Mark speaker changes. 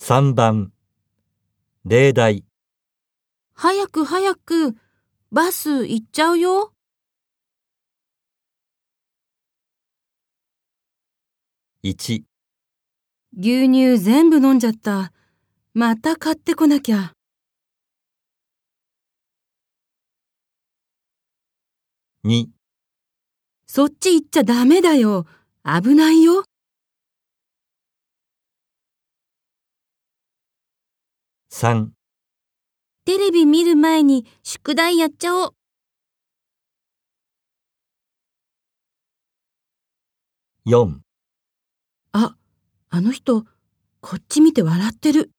Speaker 1: 3番、例題、
Speaker 2: 早く早く、バス行っちゃうよ。
Speaker 1: 1、
Speaker 2: 牛乳全部飲んじゃった。また買ってこなきゃ。
Speaker 1: 2、
Speaker 2: そっち行っちゃダメだよ。危ないよ。
Speaker 1: 3、
Speaker 2: テレビ見る前に宿題やっちゃおう。
Speaker 1: 4。
Speaker 2: あ、あの人、こっち見て笑ってる。